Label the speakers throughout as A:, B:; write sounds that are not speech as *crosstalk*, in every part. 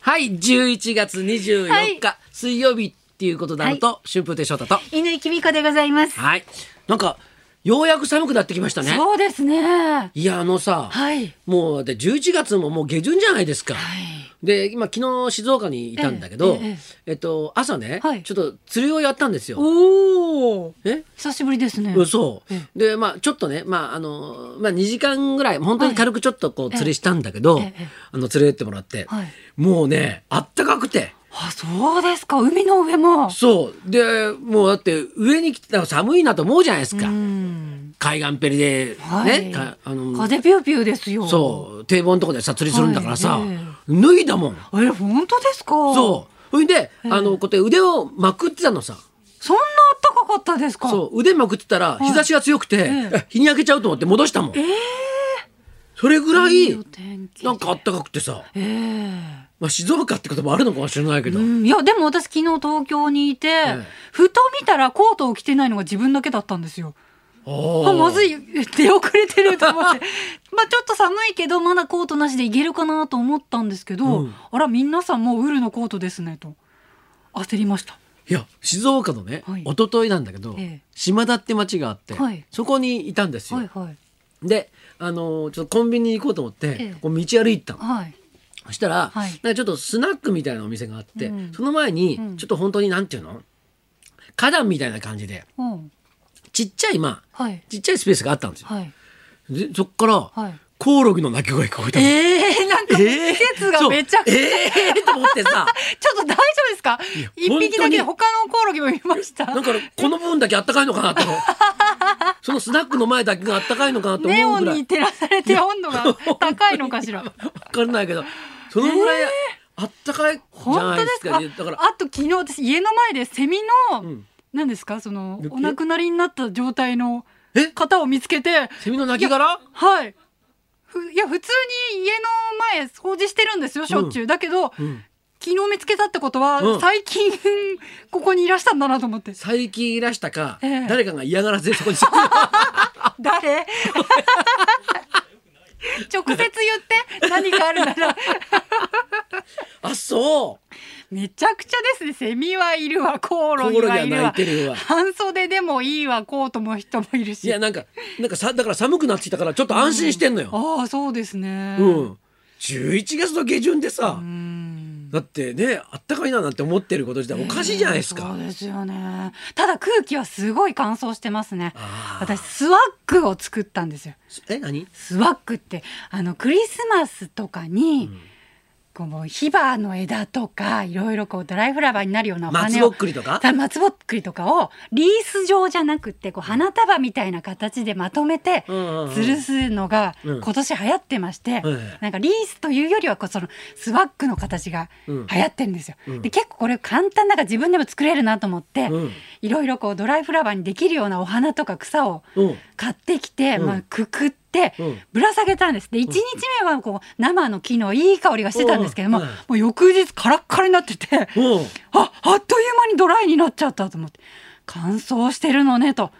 A: はい、11月24日、
B: はい
A: 水曜日っていうことになると、春風亭昇太と。
B: 犬井美子でございます。
A: はい。なんか、ようやく寒くなってきましたね。
B: そうですね。
A: いや、あのさ、
B: はい。
A: もうで11月ももう下旬じゃないですか。で今昨日静岡にいたんだけど、
B: え
A: え
B: えええ
A: っと、朝ね、
B: はい
A: ちょっと釣りをやったんですよ。
B: おお。
A: え
B: 久しぶりですね。
A: そう、
B: え
A: でまあちょっとね、まああのまあ、2時間ぐらい本当に軽くちょっとこう釣りしたんだけど、
B: ええええ
A: あの連れてってもらって、
B: はい
A: もうねあったかくて
B: あ、そうですか。海の上も。
A: そうでもうだって上に来てたら寒いなと思うじゃないですか、
B: うん。
A: 海岸ペリでね、
B: はい。
A: かあの
B: 風ピューピューですよ。
A: そう堤防のとこでさ釣りするんだからさ、
B: はいえ
A: 脱いだもん。
B: う。え、本当ですか。。
A: そうう。ほいで、あの、こうやって腕をまくってたのさ。
B: そんな暖かかったですか。
A: そう。腕まくってたら、日差しが強くて
B: え、
A: あ日に焼けちゃうと思って戻したもん。それぐら
B: いい
A: い
B: お、天気で
A: なんかあったかくてさ。
B: ええ
A: まあ、静岡ってこともあるのかもしれないけど
B: う。ん、いやでも私昨日東京にいて、
A: え
B: ふと見たらコートを着てないのが自分だけだったんですよ。
A: あ
B: あ
A: あ
B: まずい出遅れてると思って
A: *laughs*
B: まあちょっと寒いけどまだコートなしでいけるかなと思ったんですけど、
A: うん
B: あら皆さんもうウールのコートですねと焦りました
A: いや、静岡のね
B: はい、
A: 一昨日なんだけど
B: ええ、
A: 島田って町があって
B: はい、
A: そこにいたんです
B: はい
A: よ。
B: はい
A: で、あの、ちょっとコンビニに行こうと思っ
B: え
A: て
B: え、
A: こう道歩いたの。
B: はい
A: そしたら、
B: はい
A: なんかちょっとスナックみたいなお店があって、
B: うん
A: その前に
B: うん
A: ちょっと本当になんていうの花壇みたいな感じで
B: うん
A: ちっちゃいまあ
B: はい
A: ちっちゃいスペースがあったんですよ。
B: はい
A: でそっから、
B: はい
A: コオロギの鳴き声が聞こえたの。
B: えー、なんか
A: えー
B: 季節がめちゃくちゃ、
A: そうえーと思ってさ
B: ちょっと大丈夫ですか
A: や
B: 一匹だけ
A: 本
B: 他のコオロギも見ました
A: なんかこの部分だけあったかいのかなと思うそのスナックの前だけがあったかいのかなと
B: ネ
A: 思
B: オ
A: う
B: ン
A: ぐらい
B: に照らされて温度が高いのか
A: *laughs*
B: しら
A: 分かんないけどそのぐらいあったかいじ
B: 本
A: ゃ
B: 当
A: ないで
B: で
A: すす
B: か
A: かねだから
B: あと昨日私家の前でセミの、
A: うん
B: なんですかその
A: 抜け
B: お亡くなりになった状態の
A: え
B: 方を見つけて
A: セミの鳴き殻
B: はいふいや普通に家の前掃除してるんですよしょっちゅう、だけど
A: うん
B: 昨日見つけたってことは、
A: うん
B: 最近ここにいらしたんだなと思って
A: 最近いらしたか、
B: ええ
A: 誰かが嫌がらせでそこに
B: *laughs*
A: 直
B: 誰 *laughs* 直接言って何かある
A: *laughs*
B: なら
A: あそう
B: めちゃくちゃですねセミはいるわコオ
A: コオ
B: ロ
A: ロ
B: ギ
A: ギ
B: は
A: はい
B: る
A: 泣い
B: わ
A: てるわ
B: 半袖でもいいわコートも人もいる
A: い
B: し
A: やなんかなんかさだから寒くなってきたからちょっと安心してんのよ、
B: ああそうですね
A: うん11月の下旬でさ、
B: うん
A: だってねあったかいななんて思ってること自体おかしいじゃないです
B: そ
A: か
B: う、ですよねただ空気はすごい乾燥してますね
A: あー
B: 私スワッグを作ったんですよ
A: え何
B: スワッグってあのクリスマスとかに、
A: ん
B: こうもうヒバの枝とかいろいろこうドライフラワーになるようなお
A: 松
B: 花
A: ぼ
B: を
A: っくりとか
B: さ松ぼっくりとかをリース状じゃなくってこう花束みたいな形でまとめて
A: うんうんうん
B: 吊るすのが
A: うん
B: 今年流行ってまして、
A: ええ
B: なんかリースというよりはこうそのスワッグの形が流
A: うん
B: 行ってるんですよ。
A: うん
B: で結構これ簡単だから自分でも作れるなと思って、
A: うん
B: いろいろこうドライフラワーにできるようなお花とか草を
A: うん
B: 買ってきて、
A: うん
B: まあ、くくって
A: うん
B: ぶら下げたんですで1日目はこう生の木のいい香りがしてたんですけども,、
A: うんうん
B: もう翌日カラッカラになってて
A: うん
B: ああっという間にドライになっちゃったと思って乾燥してるのねと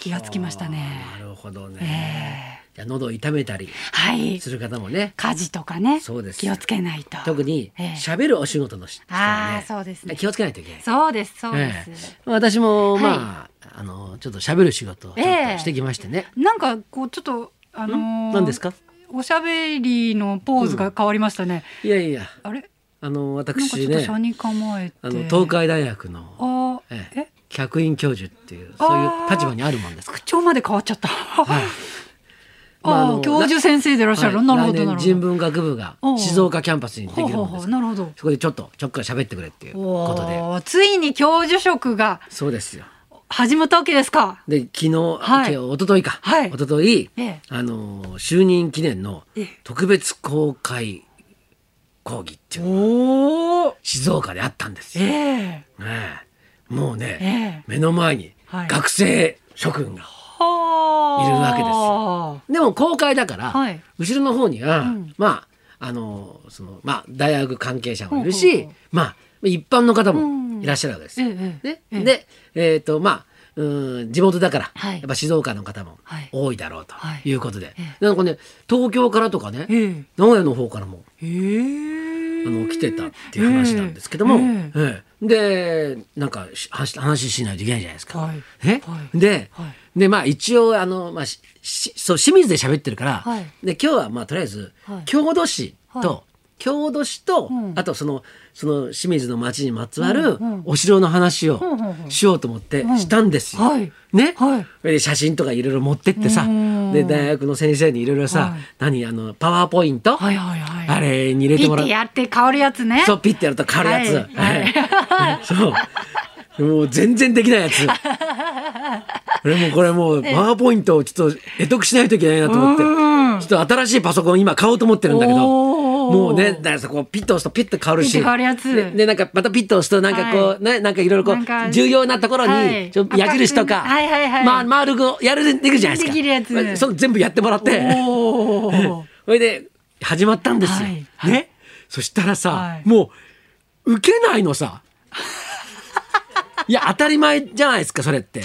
B: 気がつきましたね
A: なるほど
B: え
A: ね、いや喉を痛めたり
B: はい
A: する方もね
B: 家事とかね
A: そうです
B: 気をつけないと。
A: 特に
B: ええ
A: 喋るお仕事の人は
B: ああそうですね
A: 気をつけないといけない
B: そうですそうで
A: え
B: す、
A: え私も
B: はい
A: まあ、あのちょっと喋る仕事をちょっ
B: ええ
A: としてきましてね、
B: なんかこうちょっとあのー、
A: 何ですか
B: おしゃべりのポーズが変わりましたね、
A: いやいや
B: あれ
A: あの
B: なんかち
A: 私
B: ょっと
A: ね
B: 車に構えて
A: あの東海大学の、
B: あー
A: え
B: え
A: え、客員教授っていうそういう
B: あー
A: 立場にあるもんですから
B: 口調まで変わっちゃった、
A: はい
B: *laughs* あ
A: まああ
B: あ
A: の
B: 教授先生でいらっしゃる、
A: はい
B: なるほど
A: 来
B: な
A: 年
B: るほ
A: 人
B: ど
A: 文学部が
B: おうおう
A: 静岡キャンパスにでき
B: ほう
A: る
B: ほ
A: も
B: う
A: ん
B: ほ
A: です
B: う
A: から
B: なるほど
A: そこでちょっとちょっくら喋ってくれっていうことで
B: おーついに教授職が
A: そうですよ
B: 始まったわけですか
A: で昨日、
B: はい
A: 今日一昨日か、
B: はい
A: 一昨日、
B: ええ
A: あのー就任記念の
B: ええ
A: 特別公開講義っていうのが
B: おお
A: 静岡であったんです
B: え
A: よ。
B: え
A: ねえもうね、
B: ええ
A: 目の前に
B: はい
A: 学生諸君が、
B: は
A: い
B: あ
A: るわけですよでも公開だから、
B: はい
A: 後ろの方には、
B: うん
A: まああのーそのまあ大学関係者もいるし、
B: ほうほうほう
A: まあ一般の方
B: うん
A: もいらっしゃるわけですよ。
B: ええ
A: ね
B: ええ
A: でえっ、とまあうん地元だから、
B: はい
A: やっぱ静岡の方も
B: はい
A: 多いだろうと
B: はい
A: いうことで、
B: え
A: なんかね東京からとかね、
B: ええ
A: 名古屋の方からも
B: ええ
A: あの来てたっていう話なんですけども、
B: え
A: ええでなんかし話話しないといけないじゃないですか。
B: はい
A: え
B: はい
A: で,、
B: はい
A: でまあ一応あの、まあ、ししそう清水で喋ってるから、
B: はい
A: で今日はまあとりあえず、
B: はい
A: 郷土史と、
B: は
A: 郷土史と、
B: うん
A: あとそのその清水の町にまつわる
B: うんうん
A: お城の話を
B: うんうんうん
A: しようと思って
B: うん
A: したんですよ。
B: はい
A: ね、
B: はい
A: で写真とかいろいろ持ってってさ
B: うん
A: で大学の先生にいろいろさ、
B: はい
A: 何あのパワーポイント、
B: はいはいはい。
A: あれに入れ
B: ピ
A: てもら
B: ッ
A: って
B: やって香るやつね。
A: そうピッてやると変わるやつ、
B: はい
A: はい *laughs* そうもう全然できないやつ俺もうこれもうパワーポイントをちょっと得得しないといけないなと思ってち
B: うん
A: ょっと新しいパソコン今買おうと思ってるんだけど
B: おー
A: もうねだからさこうピッと押すとピッと変わるし
B: ピッて変わるやつ
A: ででなんかまたピッと押すとなんかこう、
B: はい
A: ねなんかいろいろこ
B: なん
A: う
B: か
A: 重要なところ
B: はい
A: にちょっと矢印とか、
B: 赤くはいはいはい
A: まあ、丸くやるできるじゃないですか
B: できるやつ
A: まあその全部やってもらって
B: おー
A: *laughs* それで始まったんですよ。
B: はい
A: ね、そしたらさ、
B: はい
A: もう受けないのさ。いや当たり前じゃないですかそれって。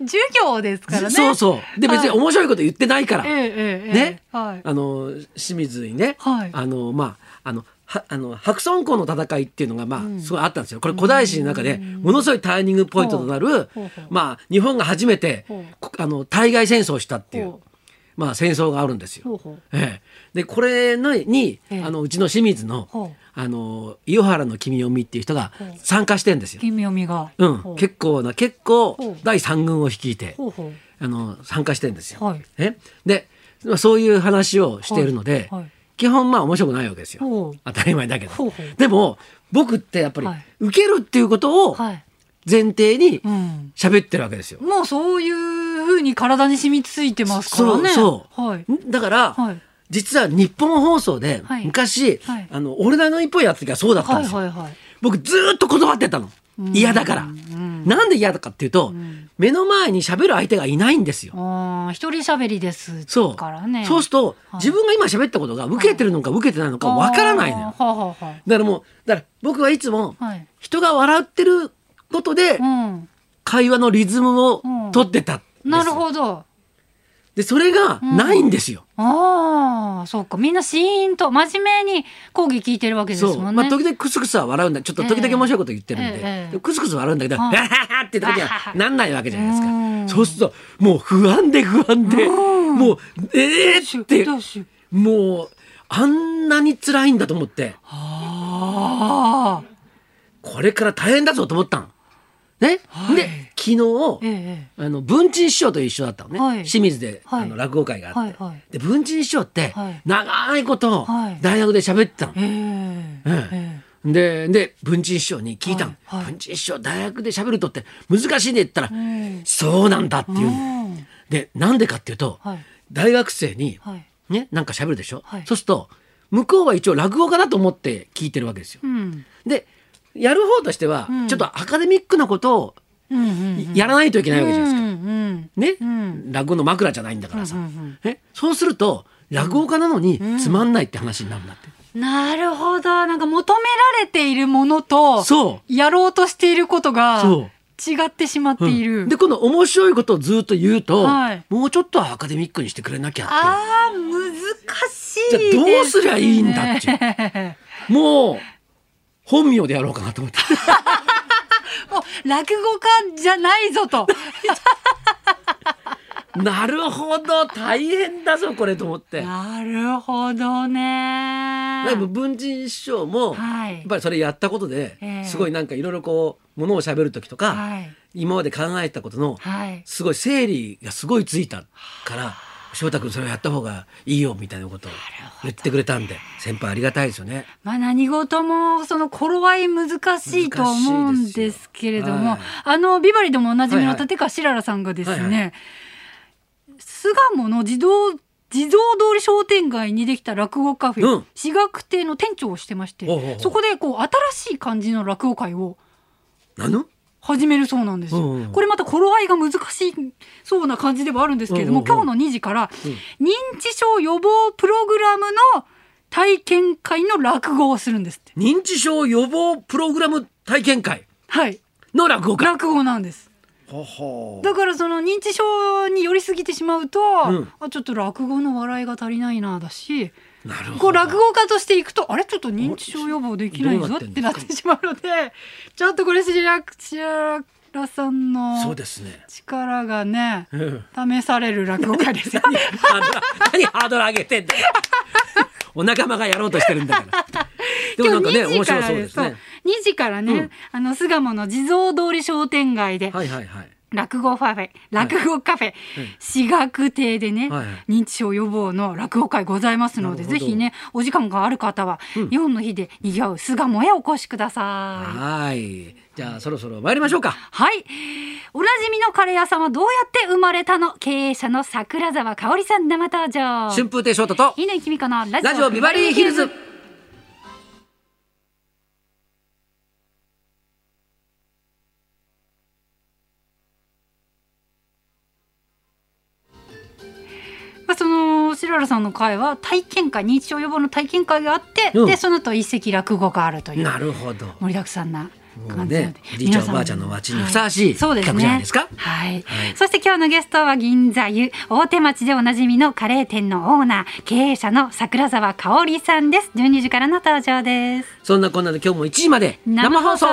B: 授業ですから
A: *laughs*
B: ね。
A: そうそう。で別に
B: はい
A: 面白いこと言ってないから。
B: ええええ
A: ね、
B: ええはい
A: あの清水にね、
B: はい
A: あのまああのはあの白村江の戦いっていうのがまあすごいあったんですよ。これ古代史の中でものすごいターニングポイントとなる
B: ほうほう、
A: まあ日本が初めて
B: ほう
A: こあの対外戦争をしたってい
B: ほ
A: う
B: う
A: まあ戦争があるんですよ。
B: ほうほう
A: ええ、でこれのに、
B: ええ
A: あのうちの清水の
B: ほう
A: あの伊予原の君読みっていう人が
B: う
A: 参加してんですよ。
B: 君読みが。
A: う
B: ほ
A: ん、結構な結構
B: ほう
A: 第三軍を率いて
B: ほうほ
A: あの参加してんですよ。
B: はい
A: えでまあそういう話をしているので、
B: はいはい
A: 基本まあ面白くないわけですよ。
B: ほう
A: 当たり前だけど。
B: ほうほう
A: でも僕ってやっぱり
B: はい
A: 受けるっていうこと
B: う。
A: を
B: はい。
A: 前提に
B: うん。
A: 喋ってるわけですよ。
B: もうそういう風に体に染みついてますからね。
A: そうそう、
B: はい。
A: だから、
B: はい
A: 実は日本放送で
B: はい
A: 昔、
B: はい
A: あの俺らの一本やった時はそうだったん
B: はい
A: ですよ、
B: はいはい。
A: 僕ずーっと断ってたの嫌だから、なんで嫌だかっていうと、目の前に喋る相手がいないんですよ、
B: ああ、一人喋りです
A: そう
B: からね。
A: そうすると、
B: はい
A: 自分が今喋ったことが受けてるのか受けてないのかわからないのよ
B: あーはあはあは
A: だからもうだから僕はいつも
B: あはい。
A: 人が笑ってることで
B: うん。
A: 会話のリズムを
B: うん
A: 取ってたんですよ
B: なるほど。
A: でそれがないんですよ、
B: ああ、そうか。みんなシーンと真面目に講義聞いてるわけです
A: そ
B: もん
A: う、
B: ね。
A: まあ、時々クスクスは笑うんだちょっと時々
B: ええ
A: 面白いこと言ってるんで、
B: ええええ
A: でクスクス笑うんだけど「
B: は
A: ハ
B: い
A: ハハ」って時に
B: はは *laughs*
A: は
B: は
A: なんないわけじゃないですか、
B: うん
A: そうするともう不安で不安で、もう「ええ
B: どうしよ
A: っ
B: う
A: て
B: どうしよう
A: もうあんなに辛いんだと思って
B: ああ。
A: これから大変だぞと思ったの。ね、
B: はい
A: で昨日、
B: ええ。
A: あの文鎮師匠と一緒だったのね、
B: はい
A: 清水で、
B: はい
A: あの落語会があって、
B: はいはい
A: で文鎮師匠って、
B: はい
A: 長いこと
B: はい
A: 大学で喋ってたの。
B: ええ。
A: ええ
B: え
A: でで文鎮師匠に聞いたの、
B: はいはい
A: 文鎮師匠大学で喋るとって難しいねって言ったら、
B: ん
A: そうなんだっていう
B: え。う
A: の
B: ん。
A: でなんでかっていうと、
B: はい
A: 大学生に、
B: はい。
A: ね、なんか喋るでしょ、
B: はい
A: そうすると向こうは一応落語家だと思って聞いてるわけですよ。
B: うん。
A: でやる方としては、
B: うん
A: ちょっとアカデミックなことを
B: うんうんうん。
A: やらないといけないわけじゃないですか。
B: うん
A: ね、
B: ん
A: 落語の枕じゃないんだからさ、
B: うんうん
A: えそうすると落語家なのにつまんないって話になるんだって。
B: うん。なるほど。なんか求められているものと、
A: そう
B: やろうとしていることが、
A: そう
B: 違ってしまっている。
A: でこの面白いことをずっと言うと、
B: はい
A: もうちょっとはアカデミックにしてくれなきゃっ
B: ああ、難しいです、ね。
A: じゃあどうすりゃいいんだっちゅうてもう本名でやろうかなと思って
B: *laughs* もう落語家じゃない
A: *laughs*
B: ぞと。
A: 「なるほど大変だぞこれ」と思って。
B: なるほどね。
A: でも文人師匠も、
B: はい
A: やっぱりそれやったことで、
B: ええ
A: すごいなんかいろいろこうものを喋る時とか、
B: はい。
A: 今まで考えたことの、
B: はい。
A: すごい整理がすごいついたから翔太君それをやった方がいいよみたいなことを言ってくれたんで先輩ありがたいですよね。
B: まあ何事もその頃合い難しいと思うんですけれども、
A: 難しいです
B: あのビバリーでもおなじみ
A: は
B: の
A: いはい
B: 立川しららさんがですね、
A: はいは
B: 巣鴨の自動自動通り商店街にできた落語カフ
A: うん
B: ェ、私学亭の店長をしてまして、
A: おうおうおう
B: そこでこう新しい感じの落語会を
A: なの
B: 始めるそうなんですよ。
A: うんうん
B: これまた頃合いが難しいそうな感じではあるんですけれども、
A: うんうんうん
B: 今日の2時から、認知症予防プログラムの体験会の落語をするんですって。
A: 認知症予防プログラム体験会
B: はい。
A: の落語会。
B: 落語なんです。
A: ほほ
B: だからその認知症に寄りすぎてしまうと、
A: うん
B: あちょっと落語の笑いが足りないなだし、
A: なるほど
B: こう落語家としていくとあれちょっと認知症予防できない
A: どう
B: ぞ
A: なっ
B: って
A: ん
B: て
A: の
B: なってしまうので *laughs* ちょっとこれシラシララさん
A: そう
B: の
A: ですね。
B: 力がね
A: うん
B: 試される落語家ですよ
A: ハードル何ハードル上げてんだよ。お仲間がやろうとしてるんだから。 *laughs* でもな
B: *laughs* 今
A: んか
B: 日
A: ね、
B: 2
A: 面
B: 時か
A: 白
B: ら
A: そう
B: で
A: ですすね。
B: 2時からね、
A: うん
B: あの巣鴨の地蔵通り商店街で
A: はいはいはい。
B: 落語ファフェ落語カフェ私学亭でね、
A: はいはい
B: 認知症予防の落語会ございますので
A: なるほ
B: ぜ
A: ど
B: ひねお時間がある方は、日本の日でにぎわう巣鴨へお越しください。
A: はい。じゃあそろそろ参りましょうか。
B: はいおなじみのカレー屋さんはどうやって生まれたの経営者の桜沢香織さん生登場
A: 春風亭昇太と
B: 乾きみ子のラジオ
A: ラジオビバリーヒルズ。
B: まあ、その白原さんの会は体験会認知症予防の体験会があって、
A: うん
B: でその後一席落語があるという
A: なるほど。
B: 盛りだくさんな
A: もう
B: 感じなの
A: ね
B: で、
A: おじいちゃ
B: 皆
A: ん
B: さ
A: お
B: も
A: ばあちゃんの街にふさわしい
B: そう
A: 企画
B: ですね
A: じゃないですか。
B: はい、
A: はい
B: そして今日のゲストは銀座湯大手町でおなじみのカレー店のオーナー経営者の桜沢香織さんです12時からの登場です
A: そんなこんなで今日も1時まで生放送